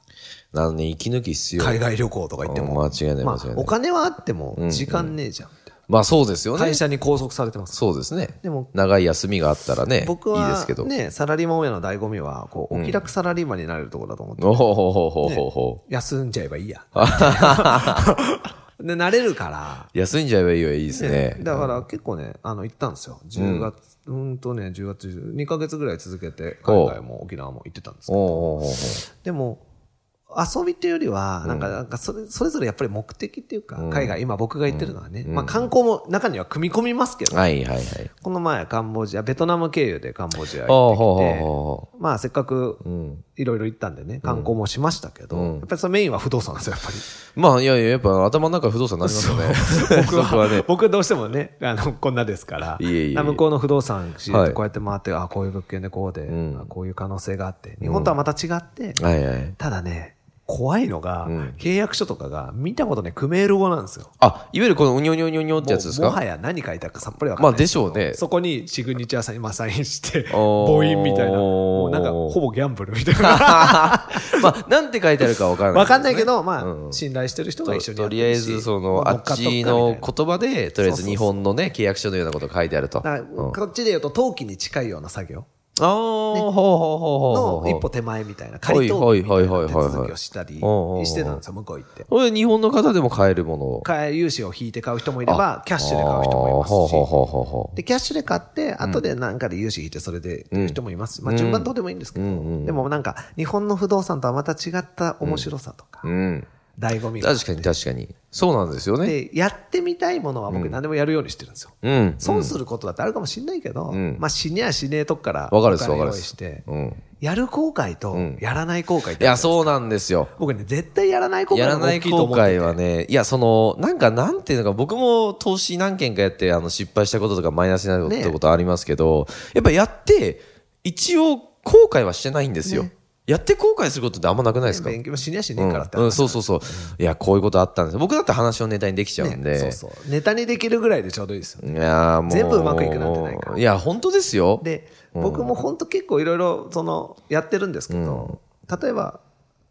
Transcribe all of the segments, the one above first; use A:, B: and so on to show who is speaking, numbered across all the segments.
A: い。なので、息抜き必要。
B: 海外旅行とか行っても。
A: うん間違いない
B: ま
A: 間違い
B: あ
A: な、い
B: お金はあっても、時間ねえじゃん。
A: まあそうですよね
B: 会。社に拘束されてます。
A: そうですね。
B: でも
A: 長い休みがあったらね、
B: 僕
A: いいで
B: は
A: すけど。
B: ね、サラリーマン親の醍醐味は、こう、お気楽サラリーマンになれるところだと思って、
A: おほほほほほほ。
B: 休んじゃえばい いや。で、慣れるから、
A: 休んじゃえばいいはいいですね。
B: だから結構ね、あの、行ったんですよ。10月、うん、とね、10月、2ヶ月ぐらい続けて、海外も沖縄も行ってたんですけど
A: おうおうおうおう
B: でも、遊びっていうよりは、なんか、なんかそれ、それぞれやっぱり目的っていうか、海外、今僕が行ってるのはね、まあ観光も中には組み込みますけど、
A: はいはいはい。
B: この前カンボジア、ベトナム経由でカンボジア
A: おうほう
B: 行っ
A: ほう
B: てきて、
A: ほ
B: まあせっかく
A: う。うん。
B: いろいろ行ったんでね、観光もしましたけど、やっぱりそのメインは不動産なんですよ、やっぱり。
A: まあいやいや、やっぱ頭の中不動産になりますよね。 僕はね。
B: 僕はどうしてもね、あの、こんなですから、
A: いえいえいえ
B: 向こうの不動産、こう
A: はい
B: やって回って、あこういう物件でこうで、
A: ん
B: あこういう可能性があって、日本とはまた違って、
A: はいはい。
B: ただね、怖いのが、
A: ん
B: 契約書とかが見たことね、クメール語なんですよ。
A: あ、いわゆるこのうにょにょにょにょってやつです
B: もうもは
A: か
B: や何書いてあるかさっぱりわかんない。
A: まあでしょうね
B: そこにシグニチャーサイン、まあ、サインして、母
A: おー
B: 音みたいな、もうなんか、ほぼギャンブルみた いな。
A: まあ、なんて書いてあるかわからない。
B: わかんないけど、まあ、
A: うん
B: 信頼してる人が
A: と
B: 一緒にや
A: と
B: って
A: りあえ
B: るし
A: ず、その、
B: ま
A: あ
B: 乗
A: っ
B: かとく
A: ち
B: かみたいな
A: の言葉で、とりあえず
B: そうそうそう
A: 日本のね、契約書のようなことが書いてあると。
B: だから
A: うん
B: こっちで言うと、登記に近いような作業
A: ああ、ほうほうほうほう
B: の
A: ほう。
B: 一歩手前みたいな、仮登記みたいな手続きをしたりしてたんですよ、向こう行って。
A: これ日本の方でも買えるものを。
B: 買い融資を引いて買う人もいれば、キャッシュで買う人もいます
A: ほうほう
B: し。
A: ほうほうほう
B: で、キャッシュで買って、後でなんかで融資引いて、それでっていう人もいますし。まあ、順番どうでもいいんですけど、でもなんか、日本の不動産とはまた違った面白さとか、
A: うん。
B: 醍醐味が。
A: 確かに確かに。そうなんですよね。
B: で、やってみたいものは僕何でもやるようにしてるんですよ。
A: うん。
B: 損することだってあるかもしれないけど、
A: ん
B: まあ死にゃ死ねえとこから
A: わかるです
B: お金
A: わかる
B: 用
A: で
B: 意
A: す
B: して、
A: うん。
B: やる後悔とやらない後悔っ
A: い
B: てある
A: や、そうなんですよ。
B: 僕ね、絶対やらない後悔
A: や
B: の
A: ら
B: 方が
A: ない
B: 大きいと
A: 後
B: 思ってて
A: 悔はね、いや、その、なんか、なんていうのか、僕も投資何件かやって、あの、失敗したこととか、マイナスになること
B: ね
A: ってことありますけど、やっぱやって、一応、後悔はしてないんですよ。やって後悔することってあんまなくないですか
B: 勉強も死にゃ死ねえからって、
A: うんうん、そうそうそう。いや、こういうことあったんです僕だって話のネタにできちゃうんで。
B: ねそうそう。ネタにできるぐらいでちょうどいいですよね。
A: いやーもう。
B: 全部うまくいくなんてないから
A: いや、本当ですよ。
B: で、僕も本当結構いろいろ、その、やってるんですけど、例えば、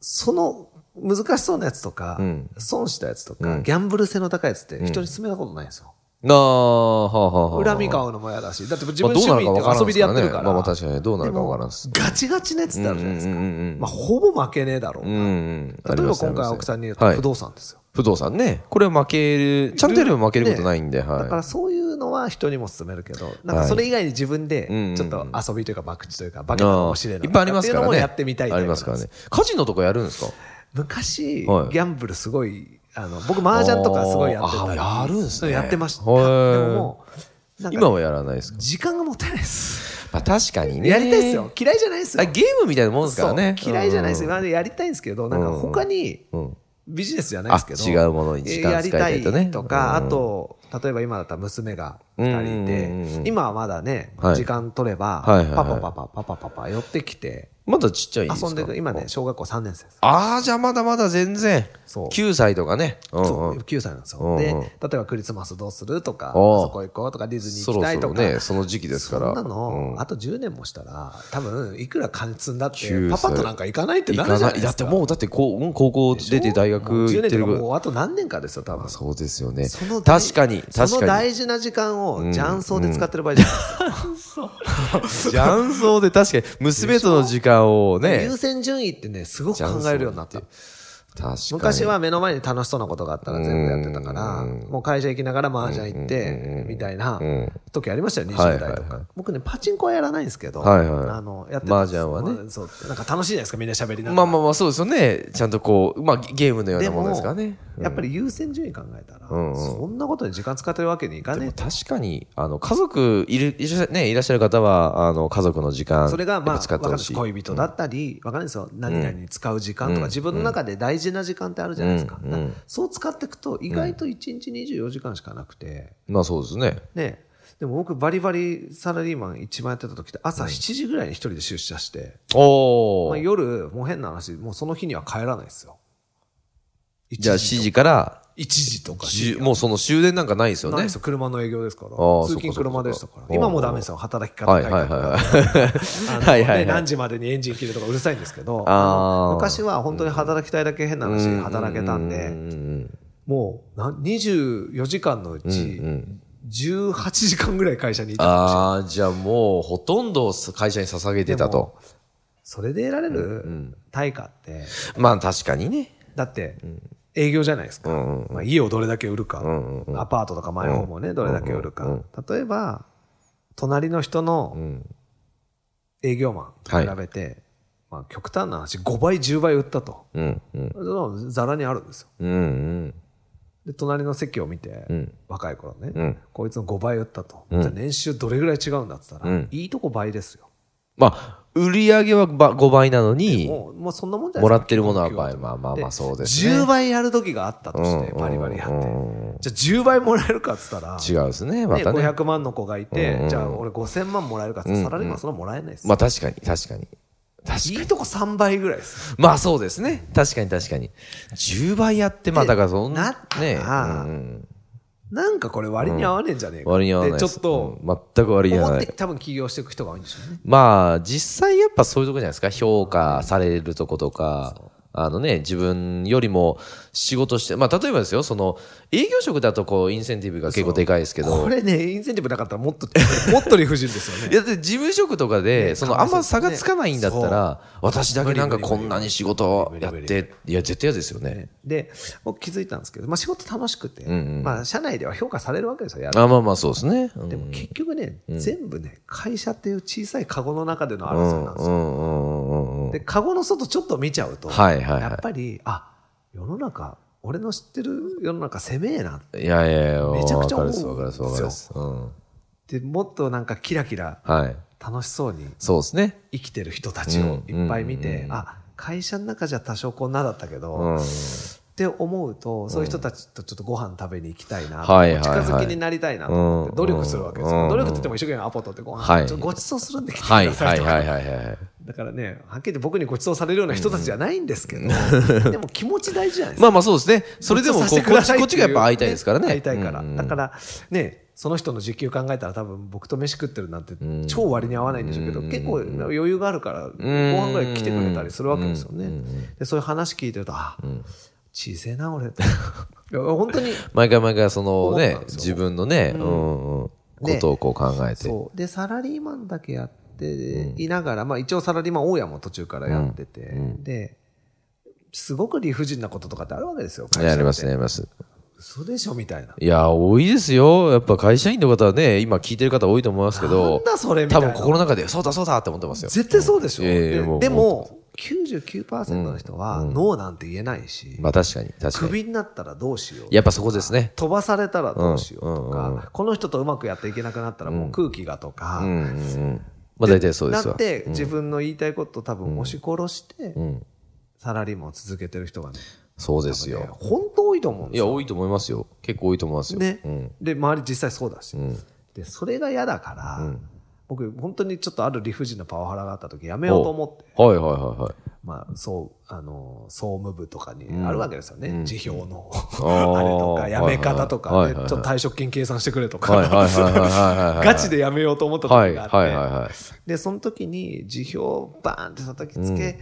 B: その、難しそうなやつとか、
A: ん
B: 損したやつとか、ギャンブル性の高いやつって人に勧めたことないんですよ。
A: なあ、はあはあはあ。
B: 恨み買うのも嫌だし、だって自
A: まあ
B: 分
A: どうな
B: 趣
A: るか分
B: 味っ
A: から
B: て
A: ん
B: 遊びでやってる
A: す
B: か。
A: かららねまあまあ確かにどうなるか分からんっす
B: でもガチガチのやつってあるじゃないですか。
A: うんうんうんうん
B: まあ、ほぼ負けねえだろう
A: うん
B: な。
A: うん。あり
B: 例え
A: ま
B: ば
A: すね
B: 今回青木さんに言う
A: は
B: と
A: い
B: 不動産ですよ。
A: 不動産ね。これは負ける、チャンネルは負けることないんで、
B: だか
A: は
B: らそういうのは人にも勧めるけど、なんかそれ以外に自分で、ちょっと遊びというか、博打というか、バ
A: い。
B: カなのもしれない。
A: いっぱいありますから
B: っていうのも
A: ね。
B: やってみたいタイ
A: あ
B: プ
A: り
B: なん
A: ま
B: ですす
A: からね。カジノとかやるんですか
B: 昔、ギ
A: はい
B: ャンブルすごい、あの、僕、麻雀とかすごいやってたり。
A: あーやるんすね
B: やってました。で
A: へー
B: ももう、なん
A: 今
B: か、
A: はやらないですか
B: 時間がもったいないです。
A: まあ確かにね。
B: やりたいですよ。嫌いじゃないですよ
A: あ。ゲームみたいなもんですからね。
B: そう嫌いじゃないです
A: よ。
B: よ。まあやりたいんですけど、なんか他に、
A: うん。
B: ビジネスじゃないですけど。
A: あ違うものに時間使いたいとね
B: やりたとか、あと、例えば今だったら娘が2人い
A: うんうんうんう
B: て、
A: ん
B: 今はまだね
A: は、い
B: 時間取れば、
A: は
B: パ
A: いはいはい
B: パパパパパパパ寄ってきて、
A: まだちっちゃいんですか
B: 遊んでる、今ね、小学校3年生です。
A: ああ、じゃあまだまだ全然。
B: そう
A: 9歳とかね。うん
B: そ
A: うん
B: う、9歳なんです
A: うんう
B: よ。
A: ん
B: で、例えばクリスマスどうするとか、
A: おう
B: そこ行こうとか、ディズニー
A: そ
B: 行き
A: ろ
B: た
A: そ
B: いと
A: ろ
B: か。
A: ね、その時期ですから。
B: そんなの
A: う、ん
B: あと10年もしたら、多分、いくら金積んだって
A: 9、
B: パ
A: 歳
B: パとなんか行かないって
A: 行
B: なる
A: か
B: じゃ
A: な
B: ない
A: い。
B: で
A: だ
B: す
A: っ
B: か。
A: てもう、だってこううん高校出て大
B: もう
A: 学
B: 10
A: 行っ
B: 年
A: て
B: と
A: る
B: か
A: ぐらい。
B: もうあと何年かですよ、多分。
A: そうですよね
B: その。大
A: 確かに、
B: そ
A: 確
B: の
A: かに。
B: 大事な時間を雀荘で使ってる場合じゃないですか。
A: 雀荘で確かに、娘との時間をね
B: 優、先順位ってね、すごく考えるようになった。
A: 確かに。
B: 昔は目の前に楽しそうなことがあったら全部やってたから、もう会社行きながら麻雀行って、みたいな時ありましたよ、
A: はい
B: 20
A: はい
B: 代
A: はい
B: とか。僕ね、パチンコはやらないんですけど、
A: はいはい
B: あの、やって
A: 麻雀はね。
B: そう、なんか楽しいじゃないですか、みんな喋りながら。
A: まあまあまあ、そうですよね。ちゃんとこう、まあゲームのよう
B: で
A: なも
B: も
A: のですからね。うん
B: やっぱり優先順位考えたら、
A: んうん
B: そんなことに時間使ってるわけにいか
A: で
B: ね
A: も
B: え。
A: 確かに、あの、家族いる、いらっしゃね、いらっしゃる方は、あの、家族の時間、
B: それが、ま
A: や
B: あ、
A: っぱ使
B: わ
A: って
B: かんな
A: ほ
B: いで
A: し
B: す
A: い。
B: 恋人だったり、わかんないですよ。何々に使う時間とか、自分の中で大事な時間ってあるじゃないですか。
A: うん
B: だからそう使っていくと、意外と1日24時間しかなくて、
A: まあそうですね。
B: ね、でも僕バリバリサラリーマン一番やってた時って朝7時ぐらいに一人で出社して、
A: お
B: まあ、
A: ー。
B: 夜、もう変な話、もうその日には帰らないですよ。
A: じゃあ7時から、
B: 1時とか。
A: じゅもうその終電なんかないですよ
B: ない
A: ね
B: です。よ車の営業ですから
A: ー。
B: 通勤
A: そっかそっか
B: 車でしたか。
A: そっから
B: 今もダメですよ、働き方
A: はい
B: 改
A: はい
B: 革
A: は
B: あ
A: い。
B: の
A: はいはい
B: ね
A: は
B: 何
A: い。
B: 時までにエンジン切るとかうるさいんですけど、
A: あー
B: あの昔は本当に働きたいだけ変な話で働けたん
A: うん
B: で、
A: うんうん
B: もうな24時間のうち
A: うんうん、
B: 18時間ぐらい会社にいたかもしれない
A: ああ、じゃあもうほとんど会社に捧げてたと。
B: それで得られる対価って、
A: まあ確かにね。
B: だって、営業じゃないですか。
A: ん
B: まあ、家をどれだけ売るか、
A: んうん
B: アパートとかマイホームをね、どれだけ売るか。例えば、隣の人の
A: ん
B: 営業マンと比べて、まあ、極端な話、5倍、10倍売ったと。
A: うんうん。
B: ざらにあるんですよ。
A: うんうん。
B: で、隣の席を見て、
A: ん
B: 若い頃ね、
A: ん
B: こいつの5倍売ったと。じゃあ年収どれぐらい違うんだって言ったら、
A: うん
B: いいとこ倍ですよ。
A: まあ、売り上げはば5倍なのに、
B: もう、もうそんなもんじゃな
A: も
B: いです
A: ら
B: か。
A: ってるものは
B: 基本
A: 倍。
B: 給
A: まあまあまあそうですね。
B: 10倍やる時があったとして、
A: うん
B: バリバリやって。
A: うん
B: じゃあ10倍もらえるかっつったら、
A: 違うですね、ま
B: ね、
A: たね。
B: 500万の子がいて、
A: うんうん
B: じゃあ俺5000万もらえるかっつったら、サラリーマンそんなもらえないですよ。
A: まあ確かに、確かに。確か
B: い
A: に。
B: いとこ3倍ぐらいです。
A: まあそうですね。確かに確かに。10倍やって、まあだからそん
B: なったら
A: ね、うんうん
B: なんかこれ割に合わねえんじゃねえか。
A: 割に合わない
B: で
A: で
B: ちょ
A: す
B: っと、
A: うん全く割に合わ
B: 思
A: な
B: っ
A: い
B: て。多分起業していく人が多いんでしょうね。
A: まあ、実際やっぱそういうとこじゃないですか。評価されるとことか。あのね、自分よりも仕事して、まあ、例えばですよ、その、営業職だとこう、インセンティブが結構でかいですけ
B: こ
A: ど、
B: れね、インセンティブなかったらもっと、 もっと理不尽ですよ
A: い
B: ね。
A: や、だって事務職とかで、その、あんま差がつかないんだったら、私だけなんかこんなに仕事をやって、いや、絶対嫌ですよね。
B: で、僕気づいたんですけど、まあ仕事楽しくて、まあ社内では評価されるわけですよ、やる
A: あ、まあまあ、そうですね。うん
B: でも結局ね、全部ね、会社っていう小さいカゴの中での
A: う
B: 争い
A: ん
B: なんです
A: う
B: よ。
A: んうんうんうん
B: で、カゴの外ちょっと見ちゃうと、
A: はいはいはい
B: やっぱり、あ、世の中、俺の知ってる世の中狭えなっ
A: いやいやいや、
B: めちゃくちゃ思
A: わ
B: うんですよ
A: かるっすわかるっすわかるっす
B: て、もっとなんかキラキラ
A: うん。はい。
B: 楽しそうに
A: そうですね。
B: 生きてる人たちをいっぱい見
A: うんうん
B: て、あ、会社の中じゃ多少こんなだったけど、
A: うん。
B: って思うと、そういう人たちとちょっとご飯食べに行きたいな、
A: はいはいはい
B: 近づきになりたいなと思っ
A: うん
B: て努力するわけです
A: う
B: よ。
A: ん
B: 努力って言っても一生懸命アポ取ってご飯、
A: はい
B: ちょっとごちそうするんで来てく
A: はい
B: ださ
A: はいい
B: とか、
A: はいはいはい。
B: だからね、はっきり言って僕にごちそうされるような人たちじゃないんですけど、でも気持ち大事じゃないですか。
A: まあまあそうですね。それでもこ
B: ご
A: う
B: ちそ
A: こっ
B: うさせてくださ
A: ち
B: い
A: こっちがやっぱ会いたい
B: てう
A: ですからね。
B: 会いたいから。
A: うんうん
B: だから、ね、その人の時給考えたら多分僕と飯食ってるなんて超割に合わないんでしょうけど、結構余裕があるから、後半ぐらい来てくれたりするわけですよね。で、そういう話聞いてると、あ、小せえな、俺と。いや本 当に、
A: 毎回毎回その
B: 思っ
A: ね
B: たん、ですよ
A: 自分のね、うんうんことをこう考えて。
B: そう。で、サラリーマンだけやっていながら、まあ一応サラリーマン大家も途中からやってて、で、すごく理不尽なこととかってあるわけですよ。会社
A: や
B: って
A: りますね、やります。
B: 嘘でしょみたいな。
A: いや、多いですよ。やっぱ会社員の方はね、今聞いてる方多いと思いますけ
B: な
A: ど
B: ん、だそれみた
A: 多
B: いな。
A: 分心の中で、そうだそうだって思ってますよ。
B: 絶対そうでしょ。
A: うんええ
B: で
A: もう
B: で
A: も
B: も、99%の人は、ノーなんて言えないし、
A: まあ確かに、確か
B: ク
A: に。
B: ビになったらどうしよう。
A: やっぱそこですね。
B: 飛ばされたらどうしようと
A: うんうん
B: か、この人とうまくやっていけなくなったらもう空気がとか、
A: うんうんうん。まあ大体そうです
B: な
A: わ
B: っ。て、自分の言いたいことを多分押し殺して、
A: ん
B: サラリーマンを続けてる人がね、
A: そうです
B: ね
A: よ。
B: 本当多いと思うん
A: い
B: です
A: や、
B: よ。
A: 多いと思いますよ。結構多いと思いますよ。
B: ね
A: うん。
B: で、周り実際そうだし。で、それが嫌だから、僕、本当にちょっとある理不尽なパワハラがあった時、やめようと思って、
A: はいはいはいはい。
B: まあ、そう、あの、総務部とかにあるわけですよね。
A: うん
B: 辞表の、
A: ー
B: あれとか、辞め方とか、
A: はいはい
B: で
A: はい
B: ちょっと退職金計算してくれと
A: はいはいはいはい
B: か、
A: はいはい。
B: ガチで辞めようと思った時
A: はい
B: があって、
A: はいはいはい。
B: で、その時に辞表をバーンって叩きつけ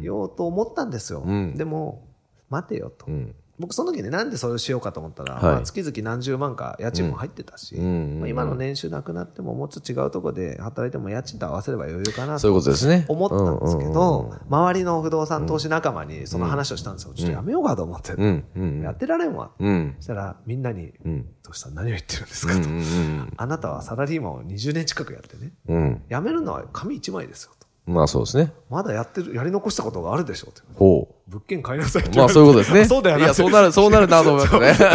B: ようと思ったんですよ。
A: うん
B: でも、待てよと。
A: うん。
B: 僕その時ね、なんでそれをしようかと思ったら、
A: はい
B: まあ、月々何十万か家賃も入ってたし、
A: うんうんうん
B: まあ、今の年収なくなっても、もうちょっと違うところで働いても家賃と合わせれば余裕かな
A: そういう
B: と
A: ことですね。
B: 思ったんですけ
A: うんうん
B: ど、周りの不動産投資仲間にその話をしたんですよ。ちょっとやめようかと思って、
A: うんうん。
B: やってられんわ。
A: うん。
B: そしたらみんなに、
A: うん。
B: どうした何を言ってるんです
A: う
B: かと、
A: んうん
B: あなたはサラリーマンを20年近くやってね、
A: うん。うん。
B: 辞めるのは紙一枚ですよと。
A: まあそうですね。
B: まだやってる、やり残したことがあるでしょうと。
A: ほう。
B: 物件買いなさいって言
A: ま
B: わ
A: あ
B: れて
A: そういうことですね。
B: そうだよ
A: いや、そうなる、そうなるなと思いましたね。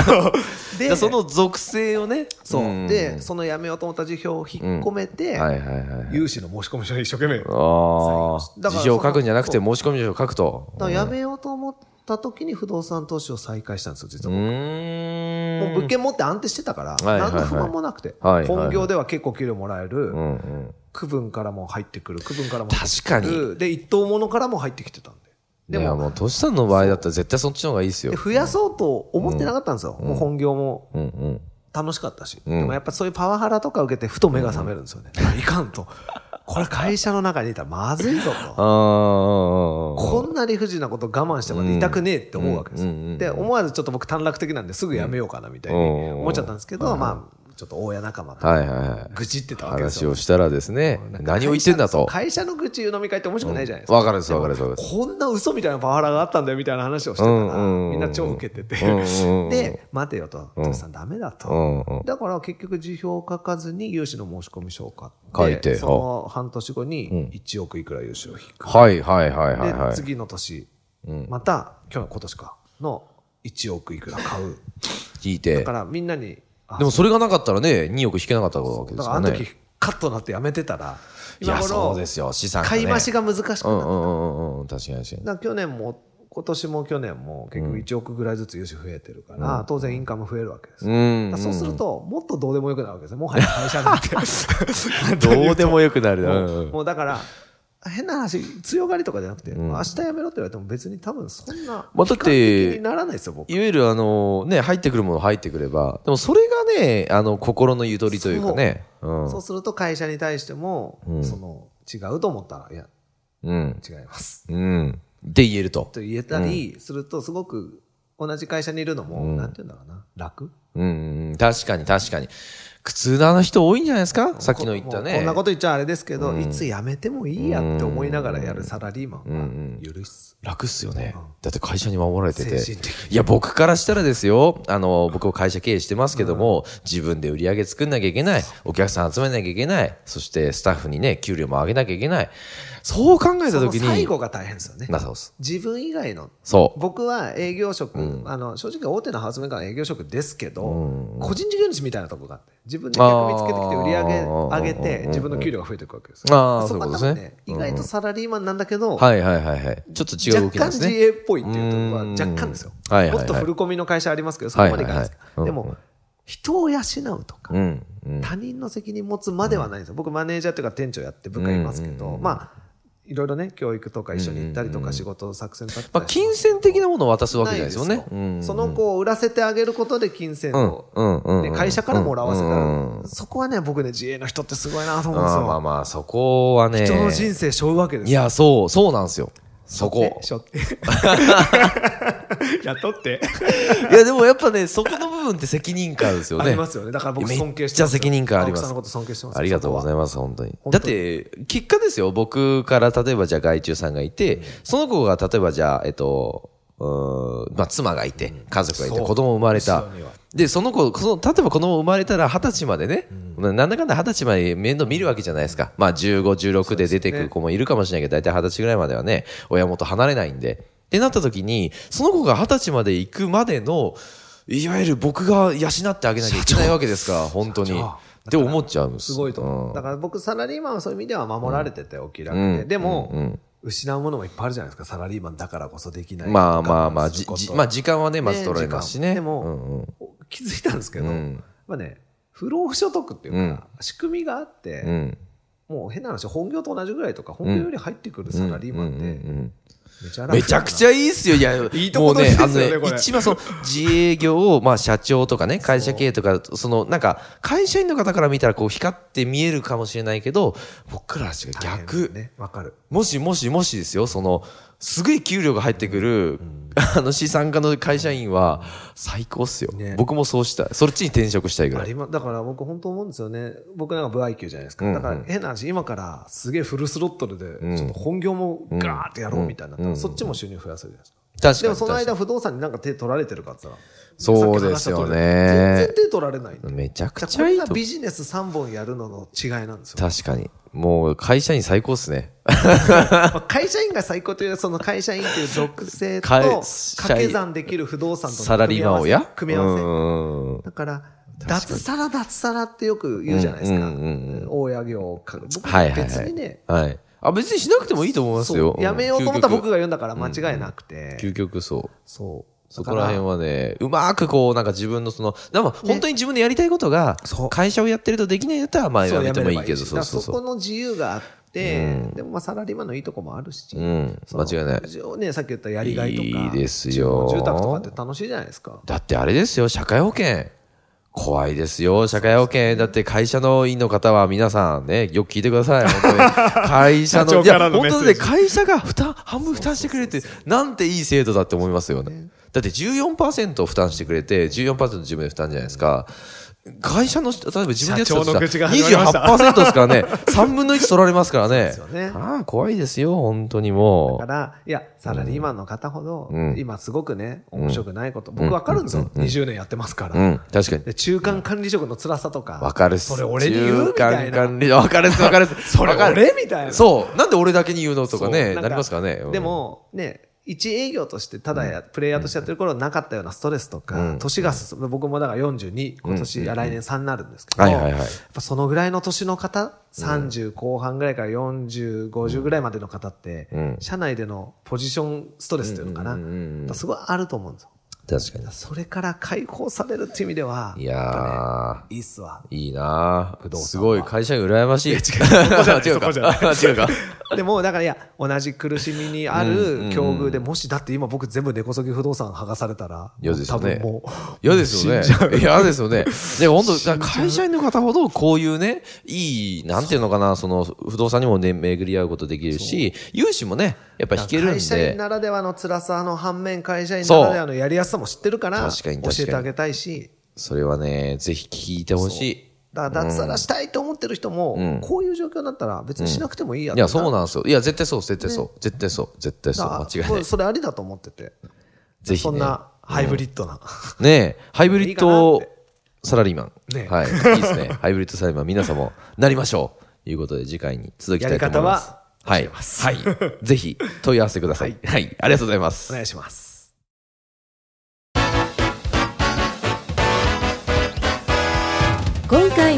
B: で
A: じゃあその属性をね。
B: そう、
A: ん
B: でその辞めようと思った辞表を引っ込めて、
A: はいはいはい。
B: 融資の申し込み書を一生懸命、だか
A: ああ。
B: だから
A: 事情を書くんじゃなくて
B: そ
A: 申し込み書を書くと。
B: ら辞めようと思った時に不動産投資を再開したんですよ実
A: う
B: は、
A: ーん。
B: もう物件持って安定してたから、
A: はいはいはい
B: 何の不満もなくて、
A: はいはいはい
B: 本業では結構給料もらえる、
A: うんうん。
B: 区分からも入ってくる区分からも入って
A: 確
B: く
A: か
B: る
A: に。
B: で一等物からも入ってきてたんで
A: い
B: で
A: や、
B: も
A: もう、トシさんの場合だったら絶対そっちの方がいいですよ
B: で。増やそうと思ってなかったんですよ、もう本業も
A: うんうん。
B: 楽しかったし、
A: うん
B: でもやっぱそういうパワハラとか受けてふと目が覚めるんですよね、あいかんとこれ会社の中にいたらまずい ぞと
A: ああ。
B: こんな理不尽なこと我慢してまで痛くねえって思うわけです
A: うんうんうんう
B: よ。
A: ん
B: で、思わずちょっと僕短絡的なんですぐやめようかなみたいに思っちゃったんですけど、まあ、ちょっと大家仲間と
A: はいはいはい。
B: 愚痴ってたわけです
A: 話
B: よ
A: を。したらですね、何を言ってんだと。
B: 会社の愚痴言う飲み会って面白くないじゃないですか。
A: わかるですわかるですわかるです。
B: こんな嘘みたいなパワハラがあったんだよみたいな話をしてた
A: うん
B: ら、
A: うんうん
B: みんな超受けてて
A: うんうんう。ん
B: で、待てよと、トシさんダメだ
A: う
B: と。
A: んうん。
B: だから結局辞表を書かずに融資の申し込み書を買
A: 書
B: って、
A: いて
B: その半年後に1億いくら融資を引く。
A: はいはいはいはいは
B: で、
A: い。
B: 次の年、また、去年、今年か、の1億いくら買う。
A: 聞いて
B: だか。らみんなに、あ
A: でもそれがなかったらね、2億引けなかったわけで
B: だ
A: す
B: か
A: からら
B: あ
A: ね。
B: の時、カットなってやめてたら、
A: いや、そうですよ、資産がね
B: 買い増しが難しくなって、
A: うんう
B: だ
A: ん
B: か
A: うんうんうん、確かに確かに。
B: ら去年も、今年も去年も結局1億ぐらいずつ融資増えてるから、当然インカム増えるわけです。
A: う
B: だ
A: ん、
B: からそうすると、もっとどうでもよくなるわけですね。もはや会 社なんて。
A: どうでもよくな るな。うんうん
B: もうだから、変な話、強がりとかじゃなくて、明日やめろって言われても別に多分そんな、
A: まあだって
B: 悲観的にならないですよ、僕。
A: いわゆるあの、ね、入ってくるもの入ってくれば、でもそれがね、あの、心のゆとりというかね。うん
B: そうすると会社に対しても、
A: ん
B: その、違うと思ったら、いや、
A: うん。
B: 違います。
A: うん。って言えると。
B: と言えたりすると、すごく同じ会社にいるのも、なんて言うんだろうな、楽
A: うんうん。確かに確かに。苦痛な人多いんじゃないですかさっきの言った
B: もうこ
A: ね
B: んな。こと言っちゃあれですけど、いつ辞めてもいいやって思いながらやるサラリーマンは、許す。
A: 楽っすよね。だって会社に守られてて
B: 精神的。
A: いや、僕からしたらですよ。あの、僕は会社経営してますけども、自分で売り上げ作んなきゃいけない。お客さん集めなきゃいけない。そしてスタッフにね、給料も上げなきゃいけない。そう考えた
B: その
A: 時に。
B: 最後が大変ですよね。
A: なそうです。
B: 自分以外の
A: そう。
B: 僕は営業職、あの正直大手のハウスメーカーの営業職ですけど、個人事業主みたいなとこがあって自分で客見つけてきて売り上げ上げて自分の給料が増えていくわけですよ
A: あー
B: そこが多
A: そういうことです
B: 分ね
A: ね
B: 意外とサラリーマンなんだけど、
A: はいはいはいはい。ちょっと違う動
B: 若
A: きなんで
B: 干
A: す
B: 自
A: ね。
B: 営っぽいっていうところは若干ですよ、
A: うんはいはいはい
B: もっと古込みの会社ありますけどそこまでいかないで
A: はいは
B: す、
A: いはい
B: でも、人を養うとか、
A: うん。うん。
B: 他人の責任持つまではないんですよ、僕マネージャーというか店長やって部下いますけど、まあいろいろね教育とか一緒に行ったりとか仕事作戦立てた
A: まあ、
B: り
A: 金銭的なものを渡すわけ
B: な
A: じ
B: い
A: ゃないで
B: で
A: すす
B: よ
A: よ
B: ね
A: ね。うんうん。
B: その子を売らせてあげることで金銭
A: うん
B: を、
A: うんうんう
B: ね
A: ん。
B: 会社からもらわせてあげる、
A: うんうんうん
B: そこはね僕ね自営の人ってすごいなと思うんです
A: あ
B: よ
A: ー、まあまあ、そこはね。
B: 人の人生背負うわけです
A: いや、そう、そうなんですよ。そこ
B: ね。背負って 雇って
A: いや、でもやっぱね、そこの部分って責任感ですよ
B: あ
A: ね。
B: りますよねだから僕
A: いや
B: 尊敬して
A: めっちゃ責任感あります
B: 青木さんのこと尊敬してます
A: ありがとうござい
B: ま
A: ます、本当に。
B: 本当
A: だ
B: に
A: って、結果ですよ、僕から、例えばじゃあ外注さんがいて、その子が例えばじゃあ、えっと、うーんまあ、妻がいて、家族がいて、
B: そう
A: 子供生まれた
B: 後ろには。
A: で、その子、その、例えば子供生まれたら二十歳までね、なんだかんだ二十歳まで面倒見るわけじゃないですか。まあ、15、16で出てくる子もいるかもしれないけど、大体二十歳ぐらいまではね、親元離れないんで。ってなった時に、その子が二十歳まで行くまでの、いわゆる僕が養ってあげなきゃいけないわけですから、本当に。
B: 社長
A: って思っちゃうんです。
B: すごいと思う、
A: うん
B: だから僕サラリーマンはそういう意味では守られててお気楽で、
A: うん
B: でも、
A: うんうん
B: 失うものもいっぱいあるじゃないですかサラリーマンだからこそできない
A: まあまあまあ、
B: 我慢す
A: じ
B: ること
A: じまあ時間はね、まず取られますしね。
B: でも、
A: うんうん
B: 気づいたんですけど、
A: うん
B: まあね不労所得っていうか、
A: うん
B: 仕組みがあって、
A: うん
B: もう変な話、本業と同じぐらいとか、本業より入ってくるサラリーマンって、めちゃ
A: めちゃくち
B: ゃ
A: ゃいいっすよ。いや、い
B: いとこ取りですよねこれ
A: 一番その、自営業を、まあ、社長とかね、会社経営とか、その、なんか、会社員の方から見たら、こう、光って見えるかもしれないけど、僕らは違う逆。
B: ね、わかる。
A: もしもしもしですよ、その、すごい給料が入ってくる、あの、資産家の会社員は、最高っすよ
B: ね。
A: 僕もそうしたい。そっちに転職したいぐ
B: あ
A: らい。
B: りまだから僕本当思うんですよね。僕なんか不愛嬌じゃないですか。だから変な話、今からすげえフルスロットルで、ちょっと本業もガーってやろうみたいになったら、そっちも収入増やせるじゃないですか。
A: 確
B: で
A: か
B: も
A: に。
B: その
A: 確か
B: 間不動産になんか手取られてるかって言ったら。
A: そうですよね
B: さっき話した通りだ全然手取られないんで。
A: にめちゃくち
B: こ
A: ゃい
B: れ
A: い
B: が
A: と
B: ビジネス3本やるのの違いなんですよ。
A: 確かに。もう、会社員最高っすね。
B: まあ会社員が最高というよりはその会社員という属性と
A: 会社員
B: 掛け算できる不動産との
A: サラリーマンをや
B: 組み合わ
A: う
B: せ。組み合わ
A: ん
B: せだから、脱サラ、脱サラってよく言うじゃないですか
A: うんうんうん。
B: 大家業か。僕
A: はいはいはい。
B: 別にね、
A: はい。あ、別にしなくてもいいと思いますよ。
B: そうやめようと思った僕
A: が。
B: が言うんだから間違いなくて。
A: 究極そう。
B: そう。
A: そこら辺
B: は。
A: はね、うまくこう、なんか自分のその、でも本当に自分でやりたいことが、
B: そう
A: 会社をやってるとできないんだったら、まあ
B: そ
A: や
B: う
A: めてもいい
B: やめ
A: け
B: れば
A: ど、
B: し
A: そうそう
B: だからそ
A: そ
B: この自由があって、でもまあサラリーマンのいいとこもあるし。
A: う。うん、
B: そ
A: 間
B: の
A: 違いない。
B: 非常にね、さっき言ったやりがいとか。
A: いいですよ
B: 住宅とかって楽しいじゃないですか。
A: だってあれですよ、社会保険。怖いですよ、社会保険。だって会社の員の方は皆さんね、よく聞いてください、本 当に。会社の、
C: 社長からの
A: い
C: メ
A: や、本当
C: ッセー
A: にね、
C: ジ
A: 会社が負担、半分負担してくれて、なんていい制度だって思いますよね。だって14%負担してくれて、14%自分で負担じゃないですか。会社の、例えば自分でやってたと
C: 社長の口が始まりました
A: 28%ですからね、3分の1取られますからね
B: そうですよね。
A: ああ、怖いですよ、本当に
B: だ
A: も
B: か
A: う。
B: ら、いや、サラリーマンの方ほど、
A: うん
B: 今すごくね、面白くないこと、僕わかるんですよ。20年やってますから。
A: うん、確かに。
B: で中間管理職の辛さとか。
A: わかるっす。
B: それ俺に言うみたい
A: 中間
B: な。
A: 管理、 わかるっす、わかるっす。そ
B: それ俺みたいな。
A: そう。なんで俺だけに言うのとかね、
B: そう
A: なんりますからね。うん
B: で、も、ね、一営業として、ただや、プレイヤーとしてやってる頃なかったようなストレスとか、
A: うん
B: 年が進む、僕もだから42、今年、あ来年3になるんですけど、
A: はいはいはい
B: やっぱそのぐらいの年の方、30後半ぐらいから40、50ぐらいまでの方って、
A: ん
B: 社内でのポジションストレスというのかな、
A: うんうんうんうん
B: やっぱすごいあると思うんですよ。
A: 確かに。
B: それから解放されるっていう意味では、
A: い
B: やっぱ
A: や
B: ねいいっすわ。
A: ー、いいな
B: 不
A: ー
B: 動産は
A: すごい、会社員羨ま しい。違う、違う
C: そ
A: か。
C: こじゃない
A: 違うか。
B: でも、だから、いや、同じ苦しみにある境遇で、もし、だって今僕全部根こそぎ不動産剥がされたら、
A: 嫌ですよね
B: 多分もう、
A: 嫌ですよね
B: 死んじゃう。
A: 嫌ですよね。で、本当だから会社員の方ほど、こういうね、いい、なんていうのかな、その、不動産にもね、巡り合うことできるし、融資もね、やっぱ引けるん
B: 会社員
A: で。
B: ならではの辛さの反面、会社員ならではのやりやすさも知ってるから、
A: 確かに確か
B: 教
A: に
B: えてあげたいし、
A: それはね、ぜひ聞いてほしい。
B: だから脱サラしたいと思ってる人も、こういう状況になったら別にしなくてもいいや
A: い
B: って
A: や、そうなんですよ。いや、絶対そう、絶対そう。絶対そう、絶対そう。
B: だ
A: 間
B: か
A: 違い
B: ら
A: ない
B: これ。それありだと思ってて。
A: ぜひね
B: そんなハイブリッドな。
A: ねえ、ハイブリッ
B: いい
A: ド
B: かなっ
A: サラリーマン。
B: ねえ
A: はい。いいですね。ハイブリッドサラリーマン、皆さんもなりましょう。ということで、次回に続きたいと思います。
B: や
A: い。
B: り方は
A: はい。ぜひ、問い合わせてください。はい。ありがとうございます
B: お。願いします。
D: 今回